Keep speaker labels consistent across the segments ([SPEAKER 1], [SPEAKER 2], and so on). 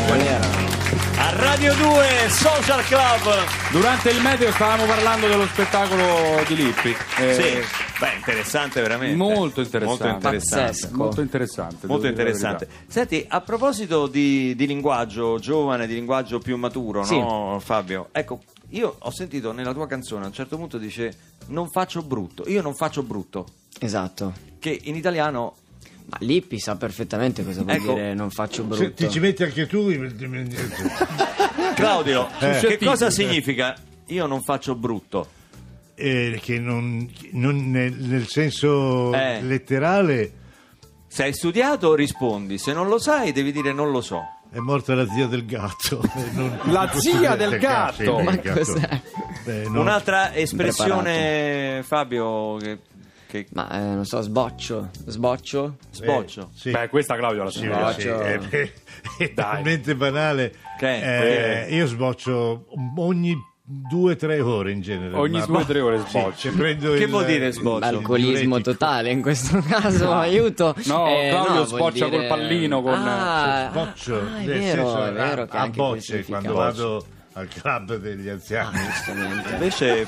[SPEAKER 1] A Radio 2 Social Club.
[SPEAKER 2] Durante il meteo stavamo parlando dello spettacolo di Lippi. Eh,
[SPEAKER 1] Sì. Beh, interessante veramente.
[SPEAKER 2] Molto interessante.
[SPEAKER 1] Molto interessante.
[SPEAKER 3] Pazzesco.
[SPEAKER 2] Molto
[SPEAKER 1] Molto
[SPEAKER 2] interessante. devo dire la
[SPEAKER 1] interessante.
[SPEAKER 2] verità.
[SPEAKER 1] Senti, a proposito di, di linguaggio giovane, di linguaggio più maturo,
[SPEAKER 3] Sì.
[SPEAKER 1] no, Fabio? Ecco, io ho sentito nella tua canzone a un certo punto dice non faccio brutto, io non faccio brutto,
[SPEAKER 3] Esatto.
[SPEAKER 1] che in italiano
[SPEAKER 3] Ma Lippi sa perfettamente cosa vuol
[SPEAKER 1] Ecco.
[SPEAKER 3] dire non faccio brutto.
[SPEAKER 4] Se ti ci metti anche tu,
[SPEAKER 1] Claudio, che
[SPEAKER 2] Eh. Certo.
[SPEAKER 4] Suscettibile.
[SPEAKER 1] cosa significa io non faccio brutto?
[SPEAKER 4] eh, che non, non- nel, nel senso
[SPEAKER 1] Eh.
[SPEAKER 4] letterale
[SPEAKER 1] Se hai studiato rispondi, se non lo sai devi dire non lo so.
[SPEAKER 4] è morta la zia del gatto. Eh, non-
[SPEAKER 2] La
[SPEAKER 4] non
[SPEAKER 2] zia
[SPEAKER 4] posso dire-
[SPEAKER 2] del gatto?
[SPEAKER 4] sì, del
[SPEAKER 3] Ma
[SPEAKER 4] gatto.
[SPEAKER 3] cos'è?
[SPEAKER 4] Eh, no.
[SPEAKER 1] Un'altra espressione, Fabio, che, che
[SPEAKER 3] Ma eh, non so, sboccio. Sboccio?
[SPEAKER 1] sboccio.
[SPEAKER 4] eh, Sì.
[SPEAKER 2] Beh, questa Claudio la
[SPEAKER 4] Sì,
[SPEAKER 2] sa.
[SPEAKER 3] Sboccio.
[SPEAKER 4] sì, è, è- è talmente banale.
[SPEAKER 1] Che-
[SPEAKER 4] Eh, io sboccio ogni due o tre ore in genere.
[SPEAKER 2] Ogni
[SPEAKER 4] ma-
[SPEAKER 2] due o tre ore
[SPEAKER 4] Sì,
[SPEAKER 2] sboccio.
[SPEAKER 4] cioè, prendo
[SPEAKER 1] Che
[SPEAKER 4] il-
[SPEAKER 1] vuol dire sboccio?
[SPEAKER 3] L'alcolismo totale in questo caso, aiuto.
[SPEAKER 2] No,
[SPEAKER 3] Eh,
[SPEAKER 2] Claudio
[SPEAKER 3] vuol
[SPEAKER 2] sboccia
[SPEAKER 3] dire-
[SPEAKER 2] col pallino, con-
[SPEAKER 3] Ah,
[SPEAKER 4] Sboccio,
[SPEAKER 3] ah, è
[SPEAKER 4] nel
[SPEAKER 3] vero,
[SPEAKER 4] senso,
[SPEAKER 3] è vero che
[SPEAKER 4] cioè, ah, a, a
[SPEAKER 3] anche quel
[SPEAKER 4] bocce quando
[SPEAKER 3] significato.
[SPEAKER 4] vado al club degli anziani.
[SPEAKER 3] Ah, Giustamente.
[SPEAKER 1] Invece,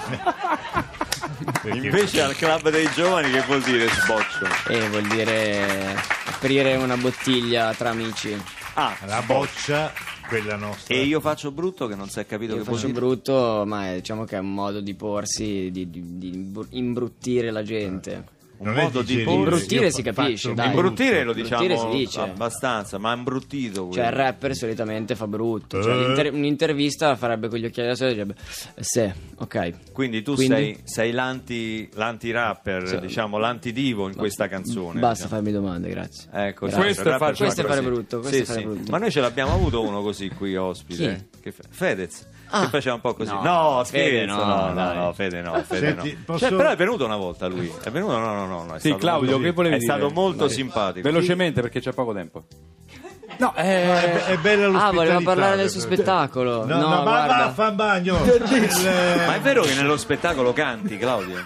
[SPEAKER 4] perché-
[SPEAKER 1] invece al club dei giovani che vuol dire sboccio?
[SPEAKER 3] E vuol dire aprire una bottiglia tra amici. Io
[SPEAKER 1] Ah,
[SPEAKER 4] la boccia, quella nostra.
[SPEAKER 1] e io faccio brutto che non si è capito che vuol
[SPEAKER 3] faccio
[SPEAKER 1] dire.
[SPEAKER 3] brutto, ma è- diciamo che è un modo di porsi, di, di- di imbru- imbruttire la gente.
[SPEAKER 1] un modo di
[SPEAKER 4] digerire,
[SPEAKER 1] porre-
[SPEAKER 3] Imbruttire
[SPEAKER 4] io
[SPEAKER 3] si
[SPEAKER 4] fa-
[SPEAKER 3] capisce,
[SPEAKER 4] faccio
[SPEAKER 3] dai.
[SPEAKER 1] Imbruttire lo
[SPEAKER 3] Imbruttire
[SPEAKER 1] diciamo
[SPEAKER 3] si dice.
[SPEAKER 1] abbastanza, ma imbruttito quello.
[SPEAKER 3] Cioè il rapper solitamente fa brutto. Cioè,
[SPEAKER 4] Eh.
[SPEAKER 3] l'inter- un'intervista farebbe con gli occhiali da sole e direbbe se, ok.
[SPEAKER 1] Quindi tu
[SPEAKER 3] Quindi?
[SPEAKER 1] sei, sei l'anti, l'anti-rapper,
[SPEAKER 3] Sì.
[SPEAKER 1] diciamo, l'antidivo in questa canzone.
[SPEAKER 3] Basta
[SPEAKER 1] diciamo.
[SPEAKER 3] farmi domande, grazie.
[SPEAKER 1] Ecco,
[SPEAKER 3] Grazie.
[SPEAKER 1] cioè,
[SPEAKER 2] Questo
[SPEAKER 1] il
[SPEAKER 2] è
[SPEAKER 1] rapper
[SPEAKER 2] fare-
[SPEAKER 1] fa
[SPEAKER 2] questo è
[SPEAKER 3] fare
[SPEAKER 1] così.
[SPEAKER 3] brutto, questo è fare brutto.
[SPEAKER 1] Ma noi ce l'abbiamo avuto uno così qui ospite.
[SPEAKER 3] Chi?
[SPEAKER 1] eh, Che fa- Fedez.
[SPEAKER 3] Ah.
[SPEAKER 1] Che faceva un po' così.
[SPEAKER 3] No,
[SPEAKER 1] No,
[SPEAKER 3] Fede
[SPEAKER 1] scherzo,
[SPEAKER 3] no,
[SPEAKER 1] no, no,
[SPEAKER 3] dai.
[SPEAKER 1] no, Fede no, Fede
[SPEAKER 4] Senti,
[SPEAKER 1] no.
[SPEAKER 4] posso-
[SPEAKER 1] Cioè, però è venuto una volta lui. È venuto, no, no, no. no, è
[SPEAKER 2] Sì,
[SPEAKER 1] stato
[SPEAKER 2] Claudio,
[SPEAKER 1] molto-
[SPEAKER 2] che volevi
[SPEAKER 1] È
[SPEAKER 2] dire?
[SPEAKER 1] stato molto simpatico.
[SPEAKER 2] Velocemente perché c'è poco tempo. No,
[SPEAKER 4] È,
[SPEAKER 2] eh,
[SPEAKER 4] be- è bella l'ospitalità.
[SPEAKER 3] Ah, voleva parlare del suo
[SPEAKER 4] per-
[SPEAKER 3] spettacolo.
[SPEAKER 4] No,
[SPEAKER 3] No,
[SPEAKER 4] no, ma
[SPEAKER 3] guarda.
[SPEAKER 4] va, fa un bagno.
[SPEAKER 1] Ma
[SPEAKER 4] Il- eh,
[SPEAKER 1] è vero che nello spettacolo canti, Claudio?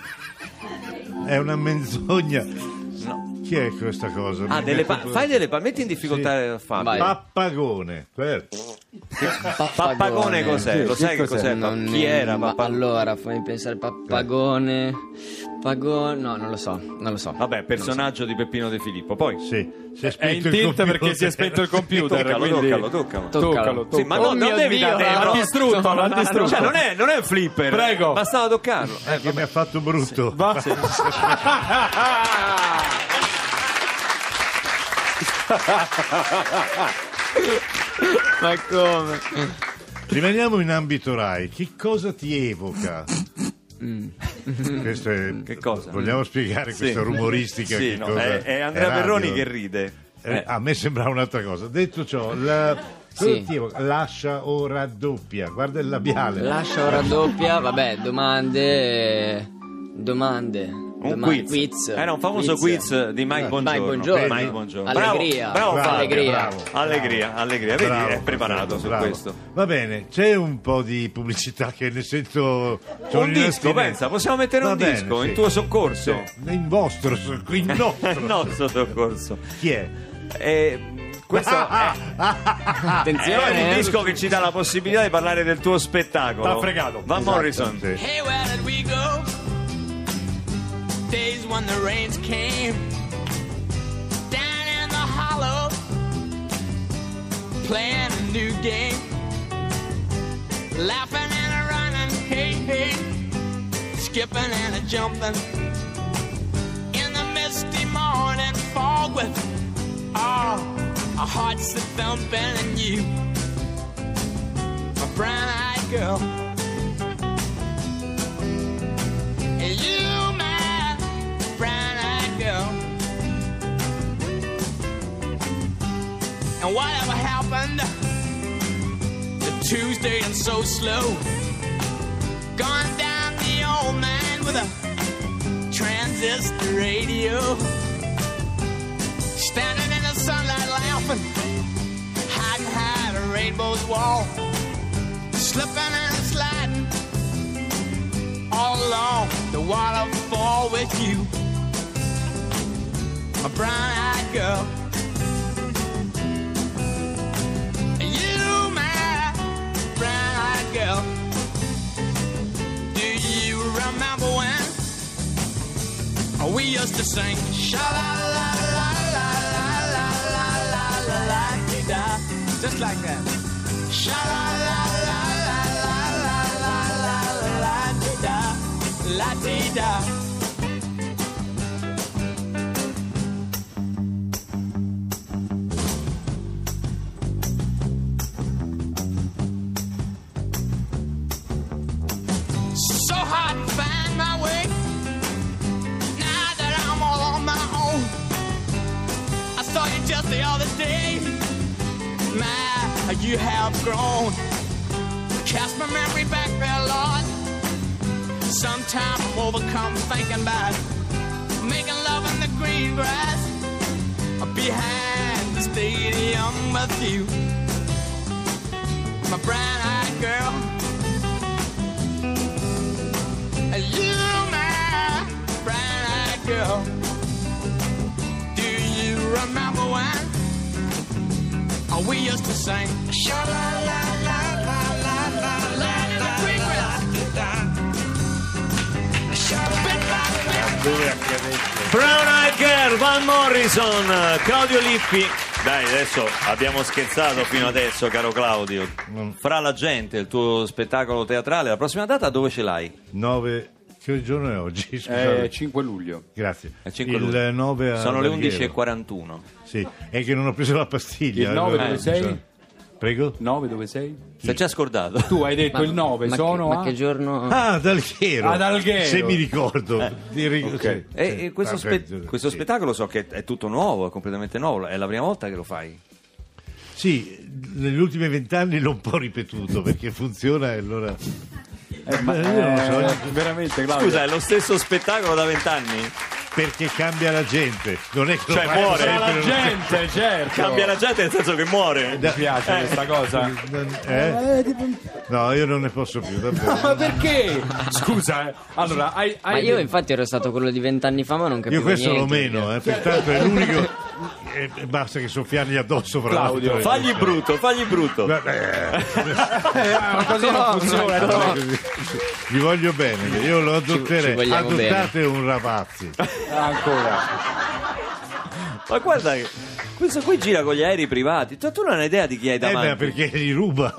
[SPEAKER 4] È una menzogna.
[SPEAKER 1] No.
[SPEAKER 4] Chi è questa cosa?
[SPEAKER 1] Ah,
[SPEAKER 4] Mi
[SPEAKER 1] delle pa-
[SPEAKER 4] metto-
[SPEAKER 1] fai delle pa- metti in difficoltà eh, Fabio.
[SPEAKER 3] Vai.
[SPEAKER 4] Pappagone. Eh,
[SPEAKER 3] Pappagone,
[SPEAKER 1] Pappagone cos'è? Lo
[SPEAKER 2] Sì,
[SPEAKER 1] sai che
[SPEAKER 2] che
[SPEAKER 1] cos'è?
[SPEAKER 3] Non-
[SPEAKER 1] Chi era
[SPEAKER 3] ma
[SPEAKER 1] Pappagone?
[SPEAKER 3] allora, fammi pensare, pappagone, pagone, no, non lo so, non lo so.
[SPEAKER 1] Vabbè, personaggio di Peppino De Filippo. Poi
[SPEAKER 4] Sì, si è,
[SPEAKER 2] è in
[SPEAKER 4] spento il
[SPEAKER 2] tilt perché
[SPEAKER 4] computer.
[SPEAKER 2] si è spento il computer.
[SPEAKER 1] Toccalo,
[SPEAKER 2] quindi...
[SPEAKER 1] toccalo, toccalo.
[SPEAKER 2] toccalo.
[SPEAKER 1] Sì, ma
[SPEAKER 2] toccalo.
[SPEAKER 1] no,
[SPEAKER 3] Oh
[SPEAKER 1] non
[SPEAKER 3] mio
[SPEAKER 1] devi
[SPEAKER 3] Dio,
[SPEAKER 1] dare-
[SPEAKER 3] l'ha
[SPEAKER 1] no,
[SPEAKER 2] distrutto,
[SPEAKER 1] no,
[SPEAKER 2] l'ha
[SPEAKER 1] no,
[SPEAKER 2] distrutto.
[SPEAKER 1] Cioè, non è, non è un flipper.
[SPEAKER 2] Prego.
[SPEAKER 1] Bastava toccarlo. Eh,
[SPEAKER 4] Che mi ha fatto brutto.
[SPEAKER 2] Va-
[SPEAKER 3] Ma come?
[SPEAKER 4] Rimaniamo in ambito Rai. Che cosa ti evoca? Questo è-
[SPEAKER 1] Mm. Che cosa?
[SPEAKER 4] Vogliamo spiegare questa rumoristica?
[SPEAKER 1] Sì,
[SPEAKER 4] che
[SPEAKER 1] no,
[SPEAKER 4] cosa-
[SPEAKER 1] è, è Andrea
[SPEAKER 4] radio.
[SPEAKER 1] Perroni che ride.
[SPEAKER 4] Eh, A me sembrava un'altra cosa. Detto ciò, la- cosa ti evoca? lascia o raddoppia. Guarda il labiale.
[SPEAKER 3] Lascia ora doppia, vabbè, domande, domande,
[SPEAKER 1] Un
[SPEAKER 3] doma-
[SPEAKER 1] quiz. Era un famoso quiz, di Mike Bongiorno.
[SPEAKER 3] Mike Bongiorno.
[SPEAKER 1] Mike Bongiorno.
[SPEAKER 3] Allegria.
[SPEAKER 1] Bravo, bravo
[SPEAKER 4] Bravo,
[SPEAKER 1] Fabio.
[SPEAKER 3] Allegria.
[SPEAKER 4] bravo.
[SPEAKER 1] Allegria, allegria. Vedi,
[SPEAKER 4] Bravo,
[SPEAKER 1] è preparato su
[SPEAKER 4] bravo.
[SPEAKER 1] questo.
[SPEAKER 4] Va bene, c'è un po' di pubblicità che ne sento. sono
[SPEAKER 1] Un disco,
[SPEAKER 4] inastinente.
[SPEAKER 1] pensa, possiamo mettere
[SPEAKER 4] Va
[SPEAKER 1] un
[SPEAKER 4] bene,
[SPEAKER 1] disco
[SPEAKER 4] sì.
[SPEAKER 1] in tuo soccorso.
[SPEAKER 4] Sì, In vostro, so- in nostro.
[SPEAKER 1] Il nostro soccorso.
[SPEAKER 4] Chi è?
[SPEAKER 1] E questo
[SPEAKER 4] Ah,
[SPEAKER 1] è,
[SPEAKER 4] ah, ah, ah.
[SPEAKER 3] Attenzione,
[SPEAKER 1] è un
[SPEAKER 3] eh.
[SPEAKER 1] disco che ci dà la possibilità di parlare del tuo spettacolo.
[SPEAKER 2] T'ha fregato.
[SPEAKER 1] Van Oh.
[SPEAKER 4] Esatto.
[SPEAKER 1] Morrison.
[SPEAKER 4] Sì.
[SPEAKER 5] Hey, where did we go? Days when the rains came. Down in the hollow, playing a new game. Laughing and a running, hey, hey. Skipping and a jumping. In the misty morning fog with, oh, our hearts a thumping and you. A brown-eyed girl. And you, my brown-eyed girl. And whatever happened to Tuesday and so slow? Gone down the old man with a transistor radio. Standing in the sunlight laughing, hiding behind a rainbow's wall. Slipping and sliding all along the waterfall with you. A brown eyed girl. You, we used to sing. Sha la la la la la la la la la la dee da. Just like that. Sha la la la la la la la la la la dee da. La dee da. So hard to find my way. Now that I'm all on my own. I saw you just the other day. My, you have grown. Cast my memory back there, Lord. Sometimes I'm overcome thinking about making love in the green grass behind the stadium with you. My brown eyed girl. You, my brown eyed girl. Do you remember when? Oh, we used to sing. Sha la la la la la la la la
[SPEAKER 6] Brown Eyed Girl, Van Morrison, Claudio Lippi. Dai, adesso abbiamo scherzato fino adesso, caro Claudio.
[SPEAKER 4] Mm.
[SPEAKER 6] Fra la gente, il tuo spettacolo teatrale, la prossima data dove ce l'hai?
[SPEAKER 4] 9 che giorno è oggi? Scusate.
[SPEAKER 2] Eh, 5 luglio.
[SPEAKER 4] Grazie.
[SPEAKER 1] È 5
[SPEAKER 4] il
[SPEAKER 1] luglio.
[SPEAKER 4] 9 a
[SPEAKER 1] Sono le
[SPEAKER 4] Alberghiero.
[SPEAKER 1] 11.41.
[SPEAKER 4] Sì, è che non ho preso la pastiglia.
[SPEAKER 2] Il 9
[SPEAKER 4] allora,
[SPEAKER 2] dove
[SPEAKER 4] non
[SPEAKER 2] sei?
[SPEAKER 4] so. Prego?
[SPEAKER 2] 9 dove sei?
[SPEAKER 1] Se ci ha scordato.
[SPEAKER 2] Tu hai detto il 9,
[SPEAKER 3] ma
[SPEAKER 2] sono
[SPEAKER 3] che, ma
[SPEAKER 2] a...
[SPEAKER 3] che giorno...
[SPEAKER 4] Ah, ad Alghero.
[SPEAKER 2] Ad Alghero.
[SPEAKER 4] Se mi ricordo. Di ric-
[SPEAKER 2] ok.
[SPEAKER 4] sì,
[SPEAKER 1] E,
[SPEAKER 4] sì.
[SPEAKER 1] e Eh, questo,
[SPEAKER 4] Ah,
[SPEAKER 1] spe-
[SPEAKER 4] per-
[SPEAKER 1] questo
[SPEAKER 4] sì.
[SPEAKER 1] spettacolo so che è, è tutto nuovo, è completamente nuovo, è la prima volta che lo fai.
[SPEAKER 4] Sì, negli ultimi vent'anni l'ho un po' ripetuto perché funziona e allora... Ma io non so,
[SPEAKER 2] Eh, veramente Claudio.
[SPEAKER 6] Scusa, è lo stesso spettacolo da vent'anni?
[SPEAKER 4] perché cambia la gente, non è che lo
[SPEAKER 6] Cioè,
[SPEAKER 4] faccio
[SPEAKER 6] muore.
[SPEAKER 2] Sarà
[SPEAKER 4] sempre
[SPEAKER 2] la
[SPEAKER 4] lo
[SPEAKER 2] gente, certo.
[SPEAKER 6] Cambia la gente nel senso che muore.
[SPEAKER 2] Mi piace questa cosa.
[SPEAKER 4] stesso. Eh? No, io non ne posso più, davvero.
[SPEAKER 2] Ma perché? Scusa, eh. allora hai,
[SPEAKER 3] Ma
[SPEAKER 2] hai
[SPEAKER 3] io infatti ero stato quello di vent'anni fa ma non capivo
[SPEAKER 4] Io questo lo
[SPEAKER 3] niente.
[SPEAKER 4] meno, eh, pertanto è l'unico... eh, basta che soffiargli addosso, fra
[SPEAKER 2] Claudio,
[SPEAKER 4] l'altro.
[SPEAKER 6] Fagli brutto, fagli brutto.
[SPEAKER 4] Guarda, eh,
[SPEAKER 2] Ma così non funziona.
[SPEAKER 4] guarda
[SPEAKER 2] no.
[SPEAKER 4] così. Vi voglio bene, io lo adotterei.
[SPEAKER 3] ci vogliamo
[SPEAKER 4] Adottate un Ravazzi.
[SPEAKER 2] Ancora.
[SPEAKER 6] Ma guarda, che questo qui gira con gli aerei privati. Cioè, tu non hai idea di chi hai
[SPEAKER 4] Eh, beh,
[SPEAKER 6] davanti.
[SPEAKER 4] perché li ruba.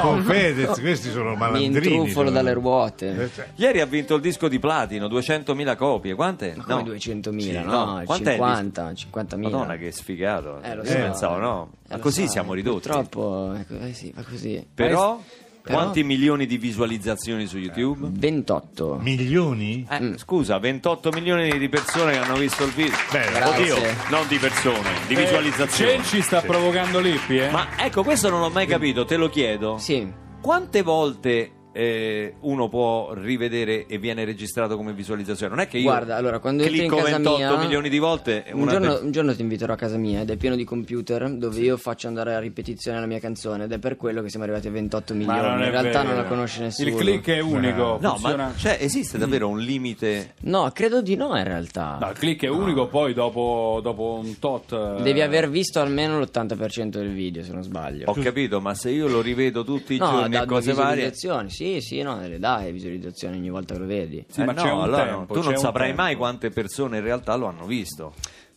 [SPEAKER 4] Con Fedez, questi sono
[SPEAKER 3] Mi
[SPEAKER 4] malandrini.
[SPEAKER 3] intrufolo
[SPEAKER 4] sono-
[SPEAKER 3] dalle ruote.
[SPEAKER 4] Eh, cioè,
[SPEAKER 1] Ieri ha vinto il disco di platino, 200.000 copie, quante?
[SPEAKER 3] Ma come
[SPEAKER 1] No.
[SPEAKER 3] 200.000?
[SPEAKER 1] Sì,
[SPEAKER 3] no,
[SPEAKER 1] Quant'è il
[SPEAKER 3] 50, 50.000.
[SPEAKER 1] Madonna che sfigato.
[SPEAKER 3] Eh, lo
[SPEAKER 1] Io
[SPEAKER 3] so.
[SPEAKER 1] pensavo, no? Ma
[SPEAKER 3] Eh, lo
[SPEAKER 1] così
[SPEAKER 3] so,
[SPEAKER 1] siamo ridotti.
[SPEAKER 3] Purtroppo, ecco, eh sì, va così.
[SPEAKER 1] Però,
[SPEAKER 3] Però-
[SPEAKER 1] quanti milioni di visualizzazioni su YouTube?
[SPEAKER 3] 28.
[SPEAKER 4] milioni?
[SPEAKER 1] Eh,
[SPEAKER 3] Mm.
[SPEAKER 1] Scusa, 28 milioni di persone che hanno visto il video.
[SPEAKER 4] Beh,
[SPEAKER 3] Grazie.
[SPEAKER 6] Oddio, non di persone, di
[SPEAKER 3] Eh.
[SPEAKER 6] visualizzazioni.
[SPEAKER 2] Eh, Cenci sta provocando Lippi, eh.
[SPEAKER 1] Ma ecco, questo non l'ho mai capito, te lo chiedo.
[SPEAKER 3] Sì.
[SPEAKER 1] Quante volte eh, uno può rivedere e viene registrato come visualizzazione? Non è che io
[SPEAKER 3] Guarda, allora, quando entri in
[SPEAKER 1] clicco
[SPEAKER 3] casa
[SPEAKER 1] 28
[SPEAKER 3] mia-
[SPEAKER 1] milioni di volte e
[SPEAKER 3] Un
[SPEAKER 1] una
[SPEAKER 3] giorno,
[SPEAKER 1] pe-
[SPEAKER 3] un giorno ti inviterò a casa mia ed è pieno di computer dove io faccio andare a ripetizione la mia canzone ed è per quello che siamo arrivati a 28 milioni.
[SPEAKER 2] non è
[SPEAKER 3] In realtà
[SPEAKER 2] vero.
[SPEAKER 3] non la conosce nessuno.
[SPEAKER 2] Il click è unico.
[SPEAKER 1] No,
[SPEAKER 2] funziona-
[SPEAKER 1] ma cioè,
[SPEAKER 3] Mm.
[SPEAKER 1] esiste davvero un limite?
[SPEAKER 3] No, credo di no in realtà.
[SPEAKER 1] eh.
[SPEAKER 2] No, il click è unico, poi dopo, dopo un tot. eh,
[SPEAKER 3] Devi aver visto almeno l'80% del video, se non sbaglio.
[SPEAKER 1] Ho capito, ma se io lo rivedo tutti i
[SPEAKER 3] No,
[SPEAKER 1] giorni
[SPEAKER 3] da
[SPEAKER 1] e cose varie.
[SPEAKER 3] visualizzazioni, sì, sì, no, le dai visualizzazioni ogni volta che lo vedi.
[SPEAKER 2] Sì,
[SPEAKER 1] Eh
[SPEAKER 2] ma
[SPEAKER 1] no,
[SPEAKER 2] c'è un
[SPEAKER 1] allora
[SPEAKER 2] tempo,
[SPEAKER 1] tu
[SPEAKER 2] c'è
[SPEAKER 1] non
[SPEAKER 2] un
[SPEAKER 1] saprai
[SPEAKER 2] tempo.
[SPEAKER 1] mai quante persone in realtà lo hanno visto.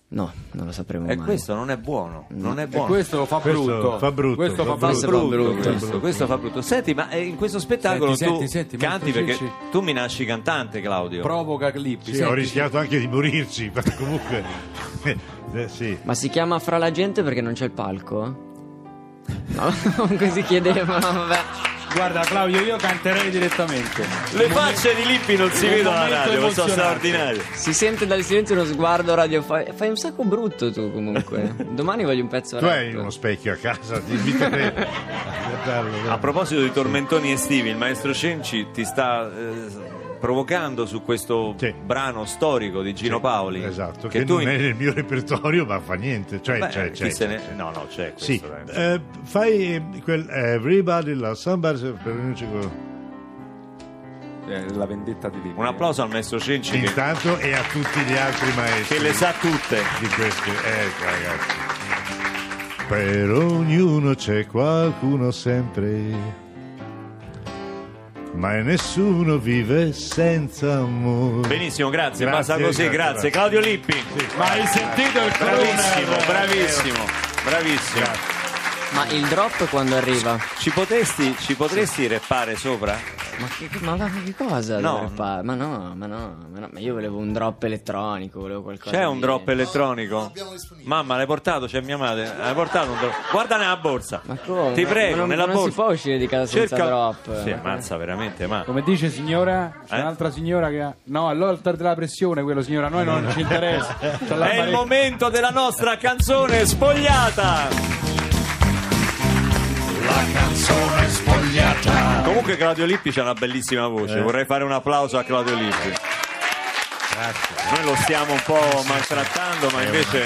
[SPEAKER 3] No, non lo sapremo
[SPEAKER 1] E
[SPEAKER 3] mai. Mm.
[SPEAKER 1] questo non è buono. Non è
[SPEAKER 2] E
[SPEAKER 1] buono.
[SPEAKER 2] questo fa
[SPEAKER 4] Questo
[SPEAKER 2] brutto.
[SPEAKER 4] fa brutto,
[SPEAKER 2] Questo
[SPEAKER 4] fa
[SPEAKER 2] fa
[SPEAKER 1] Questo
[SPEAKER 2] brutto.
[SPEAKER 3] brutto.
[SPEAKER 1] fa brutto,
[SPEAKER 3] brutto,
[SPEAKER 1] questo,
[SPEAKER 4] brutto.
[SPEAKER 1] questo fa brutto. Senti, ma eh, in questo spettacolo
[SPEAKER 2] Senti,
[SPEAKER 1] tu
[SPEAKER 2] senti, senti,
[SPEAKER 1] canti
[SPEAKER 2] molto,
[SPEAKER 1] perché
[SPEAKER 2] sì,
[SPEAKER 1] tu mi nasci cantante, Claudio.
[SPEAKER 2] Provoca Lippi.
[SPEAKER 4] sì, ho rischiato anche di morirci, ma comunque... eh, sì.
[SPEAKER 3] Ma si chiama Fra la gente perché non c'è il palco? No, comunque si chiedeva, vabbè.
[SPEAKER 2] Guarda Claudio, io canterei direttamente.
[SPEAKER 6] Le facce di Lippi non si
[SPEAKER 2] Un
[SPEAKER 6] vedono alla
[SPEAKER 2] momento
[SPEAKER 6] radio, sono
[SPEAKER 2] emozionante.
[SPEAKER 6] straordinarie.
[SPEAKER 3] Si sente dal silenzio uno sguardo radiofonico. Fai un sacco brutto tu comunque. Domani voglio un pezzo
[SPEAKER 4] Tu hai
[SPEAKER 3] rap.
[SPEAKER 4] uno specchio a casa, ti inviterei a guardarlo,
[SPEAKER 6] A
[SPEAKER 4] guarda.
[SPEAKER 6] proposito di tormentoni estivi, il maestro Cenci ti sta eh, provocando su questo
[SPEAKER 4] Sì.
[SPEAKER 6] brano storico di Gino Paoli.
[SPEAKER 4] Esatto, che, non è nel mio repertorio, ma fa niente. Cioè,
[SPEAKER 1] Beh,
[SPEAKER 4] c'è,
[SPEAKER 1] chi
[SPEAKER 4] c'è,
[SPEAKER 1] se ne-
[SPEAKER 4] c'è.
[SPEAKER 6] No, no, c'è questo.
[SPEAKER 4] Sì,
[SPEAKER 6] dai.
[SPEAKER 4] eh, fai eh, quel eh, Everybody Loves Somebody per un secondo.
[SPEAKER 2] Eh, La vendetta di Lippi.
[SPEAKER 6] Un applauso al maestro Cenci che,
[SPEAKER 4] intanto e a tutti gli altri maestri
[SPEAKER 6] che le sa tutte.
[SPEAKER 4] di questi ecco ragazzi. Per ognuno c'è qualcuno sempre. Ma nessuno vive senza amore.
[SPEAKER 1] Benissimo, grazie, basta
[SPEAKER 4] Grazie,
[SPEAKER 1] così,
[SPEAKER 4] grazie,
[SPEAKER 1] grazie.
[SPEAKER 4] grazie.
[SPEAKER 1] Claudio Lippi.
[SPEAKER 2] Ma hai sentito il
[SPEAKER 1] Bravissimo,
[SPEAKER 2] crooner?
[SPEAKER 1] bravissimo, bravissimo.
[SPEAKER 3] Ma il drop quando arriva?
[SPEAKER 1] Ci potresti, ci potresti rappare sopra?
[SPEAKER 3] Ma che, ma va- che cosa?
[SPEAKER 1] No.
[SPEAKER 3] dovrei fare? Ma no, ma no, ma no, ma io volevo un drop elettronico, volevo qualcosa.
[SPEAKER 1] C'è un
[SPEAKER 3] di-
[SPEAKER 1] drop elettronico? Mamma, l'hai portato? C'è mia madre. L'hai portato un drop? Guarda nella borsa.
[SPEAKER 3] Ma come?
[SPEAKER 1] Ti
[SPEAKER 3] Ma-
[SPEAKER 1] prego,
[SPEAKER 3] ma non,
[SPEAKER 1] nella
[SPEAKER 3] non
[SPEAKER 1] borsa.
[SPEAKER 3] si può uscire di casa senza
[SPEAKER 1] Cerca-
[SPEAKER 3] drop.
[SPEAKER 1] Sì,
[SPEAKER 3] Ma-
[SPEAKER 1] ammazza veramente, ma.
[SPEAKER 2] Come dice signora, c'è
[SPEAKER 1] Eh?
[SPEAKER 2] un'altra signora che ha... No, all'altar della pressione quello signora, a noi non ci interessa. C'ha la
[SPEAKER 1] È il
[SPEAKER 2] mare-
[SPEAKER 1] momento della nostra canzone spogliata. Comunque Claudio Lippi c'ha una bellissima voce, vorrei fare un applauso a Claudio Lippi. Noi lo stiamo un po' maltrattando, ma invece...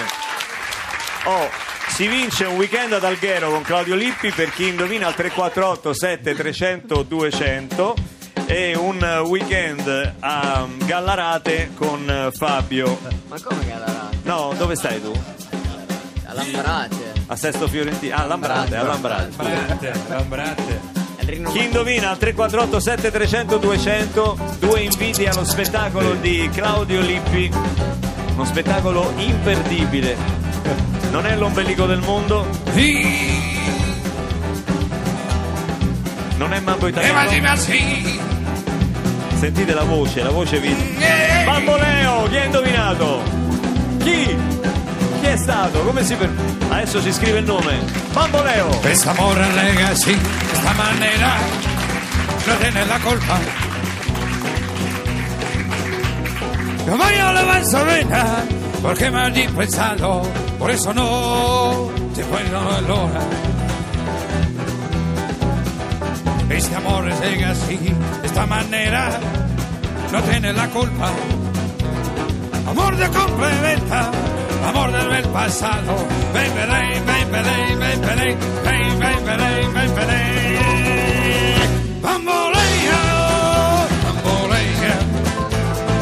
[SPEAKER 1] Oh, si vince un weekend ad Alghero con Claudio Lippi per chi indovina al 348 7300 200 e un weekend a Gallarate con Fabio.
[SPEAKER 3] Ma come che alla radio?
[SPEAKER 1] No, dove stai tu?
[SPEAKER 3] All'ambrate.
[SPEAKER 1] A Sesto Fiorentino? Ah, Lambrate, a Lambrate.
[SPEAKER 3] È il rinnovato.
[SPEAKER 1] Chi indovina al 348 7300 200 due inviti allo spettacolo di Claudio Lippi uno spettacolo imperdibile non è l'ombelico del mondo non è mambo italiano sentite la voce la voce vi Bamboleo chi ha indovinato? chi? chi è stato? come si per... adesso si scrive il nome Bamboleo
[SPEAKER 7] Questa amore lega así, de esta manera, no tiene la colpa. No vaya a la manzana, porque me allí pensando, por eso no te puedo valorar. Este amor llega así, de esta manera, no tiene la culpa. Amor de compra y venta, amor del bel pasado. Ven, ven, ven, ven, ven, ven, ven, ven, ven, ven, ven, ven. Bambolea, bambolea,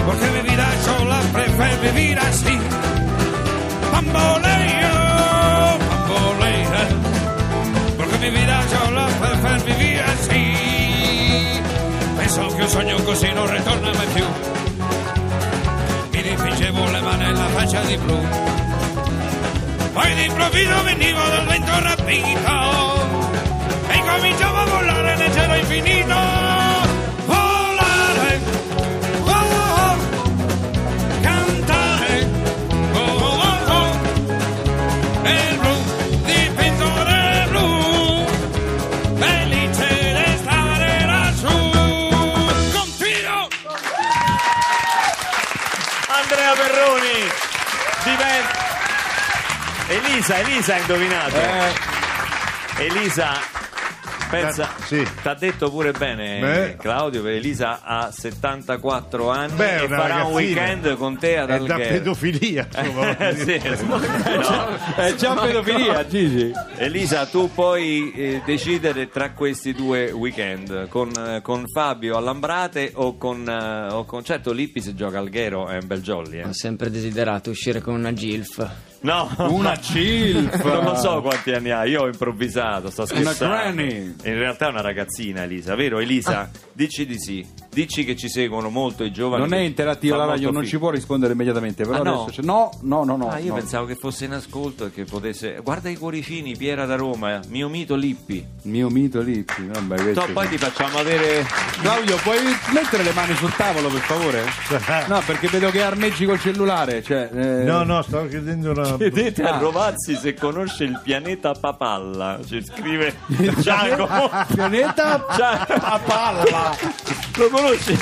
[SPEAKER 7] porque mi vida yo la prefiero vivir así. Bambolea, bambolea, porque mi vida yo la prefiero vivir así. Penso che un sogno così non ritorna mai più mi dipingevo le mani e la faccia di blu. Poi d'improvviso venivo dal vento rapito e cominciavo a volare nel cielo infinito. Volare, oh, oh, cantare, oh, oh, oh, il blu, dipintore blu, felice di stare lassù. Continuo!
[SPEAKER 1] Andrea Perroni diventa Elisa, Elisa ha indovinato. Elisa pensa
[SPEAKER 4] Eh, sì.
[SPEAKER 1] T'ha detto pure bene
[SPEAKER 4] Beh.
[SPEAKER 1] Claudio perché Elisa ha 74 anni
[SPEAKER 4] Beh,
[SPEAKER 1] e
[SPEAKER 4] una
[SPEAKER 1] farà un
[SPEAKER 4] ragazzina.
[SPEAKER 1] weekend con te ad
[SPEAKER 4] È da
[SPEAKER 1] Alghero.
[SPEAKER 4] pedofilia. insomma.
[SPEAKER 1] Eh, sì. No.
[SPEAKER 2] È già Eh, pedofilia, Gigi.
[SPEAKER 1] Elisa, tu puoi eh, decidere tra questi due weekend con, eh, con Fabio all'Ambrate o con, eh, o con- certo Lippi se gioca Alghero è un bel jolly. eh.
[SPEAKER 3] Ho sempre desiderato uscire con una GILF.
[SPEAKER 1] No,
[SPEAKER 2] Una cilf.
[SPEAKER 1] Non lo so quanti anni ha, io ho improvvisato, sto scherzando.
[SPEAKER 2] granny. Ah.
[SPEAKER 1] In realtà è una ragazzina Elisa, vero Elisa? Dici di sì, dici che ci seguono molto i giovani.
[SPEAKER 2] Non è
[SPEAKER 1] che
[SPEAKER 2] interattiva
[SPEAKER 1] fa
[SPEAKER 2] la radio,
[SPEAKER 1] molto
[SPEAKER 2] non
[SPEAKER 1] figo.
[SPEAKER 2] ci può rispondere immediatamente. Però
[SPEAKER 1] Ah, no?
[SPEAKER 2] adesso c'è... No, no, no, no.
[SPEAKER 1] Ah, io
[SPEAKER 2] no.
[SPEAKER 1] pensavo che fosse in ascolto e che potesse... Guarda i cuoricini, Piera da Roma, mio mito Lippi.
[SPEAKER 2] Mio mito Lippi. Vabbè, questo-
[SPEAKER 1] No, poi ti facciamo avere...
[SPEAKER 2] Claudio, puoi mettere le mani sul tavolo, per favore? No, perché vedo che armeggi col cellulare. Cioè, eh,
[SPEAKER 4] No, no, stavo chiedendo una.
[SPEAKER 1] Vedete a Rovazzi se conosce il pianeta Papalla, ci scrive Giacomo.
[SPEAKER 2] Pianeta
[SPEAKER 1] Gia-
[SPEAKER 2] palla.
[SPEAKER 1] Lo conosci?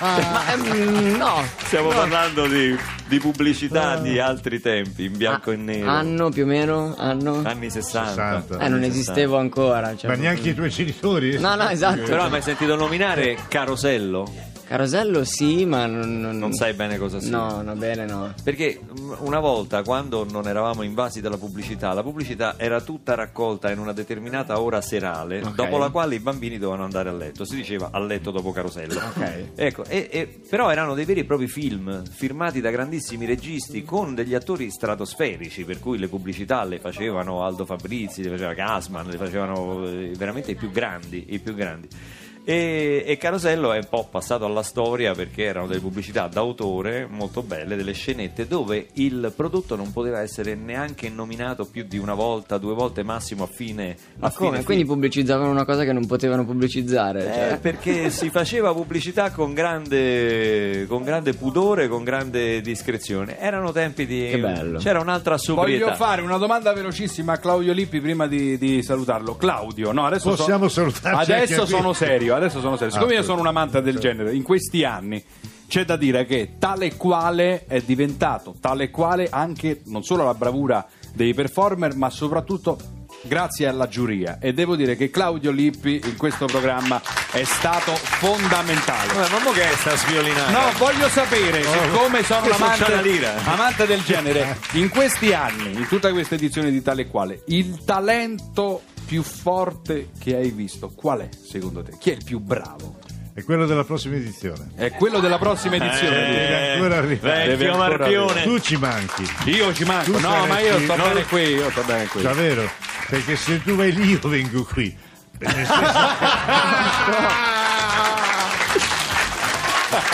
[SPEAKER 3] Ma ehm, no.
[SPEAKER 1] Stiamo parlando di, di
[SPEAKER 2] Ah.
[SPEAKER 1] pubblicità di altri tempi, in bianco e nero.
[SPEAKER 3] Anno più o meno? Anno?
[SPEAKER 1] Anni 60.
[SPEAKER 4] 60.
[SPEAKER 3] Eh, non esistevo ancora. cioè,
[SPEAKER 4] Ma neanche i tuoi genitori?
[SPEAKER 3] No, no, esatto.
[SPEAKER 1] Però hai mai sentito nominare Carosello?
[SPEAKER 3] Carosello sì, ma non...
[SPEAKER 1] Non sai bene cosa sia.
[SPEAKER 3] Mm. No, no, bene, no.
[SPEAKER 1] Perché mh, una volta, quando non eravamo invasi dalla pubblicità, la pubblicità era tutta raccolta in una determinata ora serale,
[SPEAKER 3] Ok.
[SPEAKER 1] dopo la quale i bambini dovevano andare a letto. Si diceva a letto dopo Carosello.
[SPEAKER 3] Ok.
[SPEAKER 1] Ecco, e- e- però erano dei veri e propri film firmati da grandissimi registi con degli attori stratosferici, per cui le pubblicità le facevano Aldo Fabrizi, le faceva Gasman, le facevano eh, veramente i più grandi, i più grandi. E, e Carosello è un po' passato alla storia perché erano delle pubblicità d'autore molto belle, delle scenette dove il prodotto non poteva essere neanche nominato più di una volta, due volte massimo a fine.
[SPEAKER 3] Ma
[SPEAKER 1] a fine
[SPEAKER 3] come?
[SPEAKER 1] film.
[SPEAKER 3] Quindi pubblicizzavano una cosa che non potevano pubblicizzare. cioè.
[SPEAKER 1] Eh, perché si faceva pubblicità con grande, con grande pudore, con grande discrezione. Erano tempi di.
[SPEAKER 3] Che bello.
[SPEAKER 1] C'era un'altra sobrietà.
[SPEAKER 2] Voglio fare una domanda velocissima a Claudio Lippi prima di, di salutarlo. Claudio, no, adesso
[SPEAKER 4] Possiamo
[SPEAKER 2] sono,
[SPEAKER 4] salutarci
[SPEAKER 2] Adesso
[SPEAKER 4] anche qui.
[SPEAKER 2] sono serio, adesso sono serio. Siccome
[SPEAKER 4] Ah,
[SPEAKER 2] io
[SPEAKER 4] scusa.
[SPEAKER 2] sono un amante del genere, in questi anni c'è da dire che tale quale è diventato, tale quale anche non solo la bravura dei performer, ma soprattutto grazie alla giuria. E devo dire che Claudio Lippi in questo programma è stato fondamentale.
[SPEAKER 1] Vabbè, ma mo che è sta sviolinata?
[SPEAKER 2] No, voglio sapere, siccome sono un
[SPEAKER 1] Questo c'ha la
[SPEAKER 2] amante,
[SPEAKER 1] lira.
[SPEAKER 2] amante del genere, in questi anni, in tutta questa edizione di tale e quale, il talento più forte che hai visto, qual è secondo te? Chi è il più bravo?
[SPEAKER 4] È quello della prossima edizione.
[SPEAKER 2] È quello della prossima edizione.
[SPEAKER 4] Deve ancora arrivare.
[SPEAKER 2] Deve
[SPEAKER 1] Eh, vecchio
[SPEAKER 2] ancora
[SPEAKER 1] Marpione.
[SPEAKER 4] Tu ci manchi,
[SPEAKER 2] Io ci manco,
[SPEAKER 4] Tu
[SPEAKER 2] no,
[SPEAKER 4] saresti-
[SPEAKER 2] ma io sto
[SPEAKER 4] non-
[SPEAKER 2] bene qui, io sto bene qui.
[SPEAKER 4] già vero? Perché se tu vai lì io vengo qui.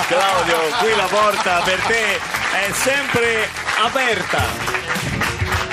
[SPEAKER 1] Claudio, qui la porta per te è sempre aperta.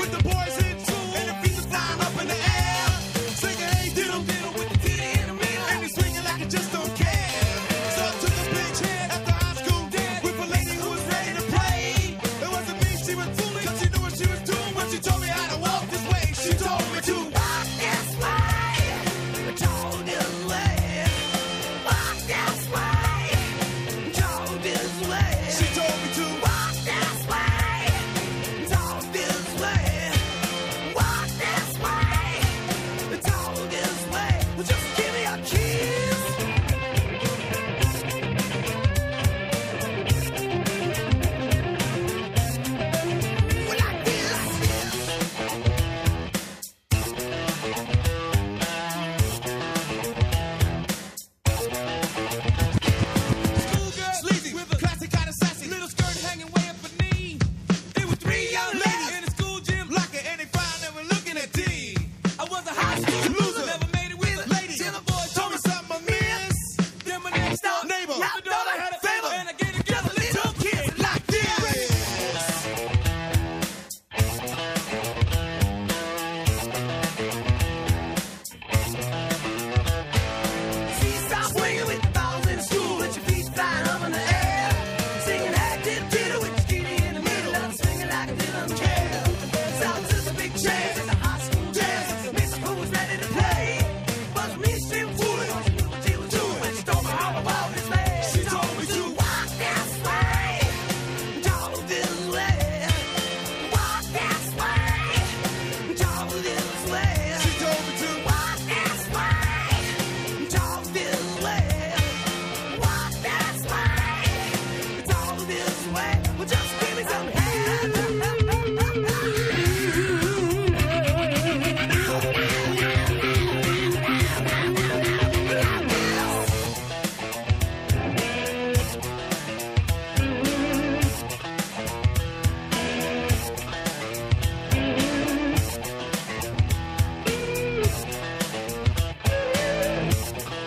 [SPEAKER 5] With the boys in two, and the feet are flying up in the air. Singing, hey, diddle, diddle, with the titty in the middle. And they swinging like it just don't care. So I took a bitch head after high school did with a lady who was ready to play. It wasn't me, she was fooling, 'cause she knew what she was doing when she told me how to walk this way. She told me to walk this way. Told this way. Walk this way. Told this way. She told me to walk this way. Talk this way. Walk this way. Talk this way. Well, just give me a kiss. Well, I feel like this. Schoolgirl, sleazy, with a classic kind of sassy. Little skirt hanging way up her knee. It was three young ladies in the school gym locker, and they found they were looking at D. I was a high school loser, never made it with a lady. Till the boys told me something I missed. Then my next door neighbor knocked on I had a favor, and I gave the girl a little kiss like this. She's stop swinging with the balls in the school with your feet flying up in the air. Singing hey, did diddle with your skinny in the middle. And I'm swinging like a didn't care. South to the big chairs at the high school jazz. Miss who was ready to play. But me, she was fooling. She knew what she was doing. She told me all about this man. She told me to walk this way. Dog this way. Walk this way. Dog this way. She told me to walk this way. Talk this way, walk this way, talk this way. Well, just give me some hands.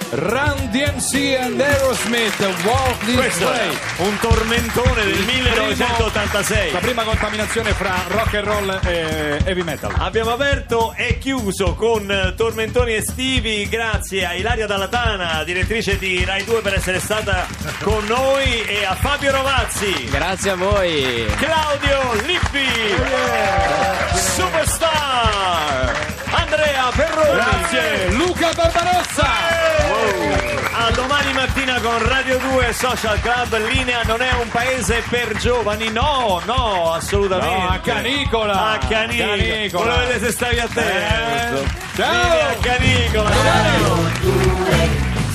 [SPEAKER 2] Run DMC and Aerosmith, Walk This
[SPEAKER 1] Questo
[SPEAKER 2] Way.
[SPEAKER 1] è un tormentone del
[SPEAKER 2] La
[SPEAKER 1] 1986.
[SPEAKER 2] prima contaminazione fra rock and roll e heavy metal.
[SPEAKER 1] Abbiamo aperto e chiuso con eh, tormentoni estivi, grazie a Ilaria Dalatana, direttrice di Rai 2 per essere stata con noi e a Fabio Rovazzi,
[SPEAKER 3] Grazie a voi.
[SPEAKER 1] Claudio Lippi, Superstar, Andrea Perroni.
[SPEAKER 2] Luca Barbarossa!
[SPEAKER 1] A domani mattina con con Radio 2 Social Club. Linea non è un paese per giovani, no, no, assolutamente.
[SPEAKER 2] No, a canicola.
[SPEAKER 1] A canicola.
[SPEAKER 2] Canicola. Eh, certo.
[SPEAKER 1] Volevo vedere se stavi a te.
[SPEAKER 2] ciao.
[SPEAKER 1] Linea a canicola. ciao.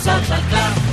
[SPEAKER 8] Social Club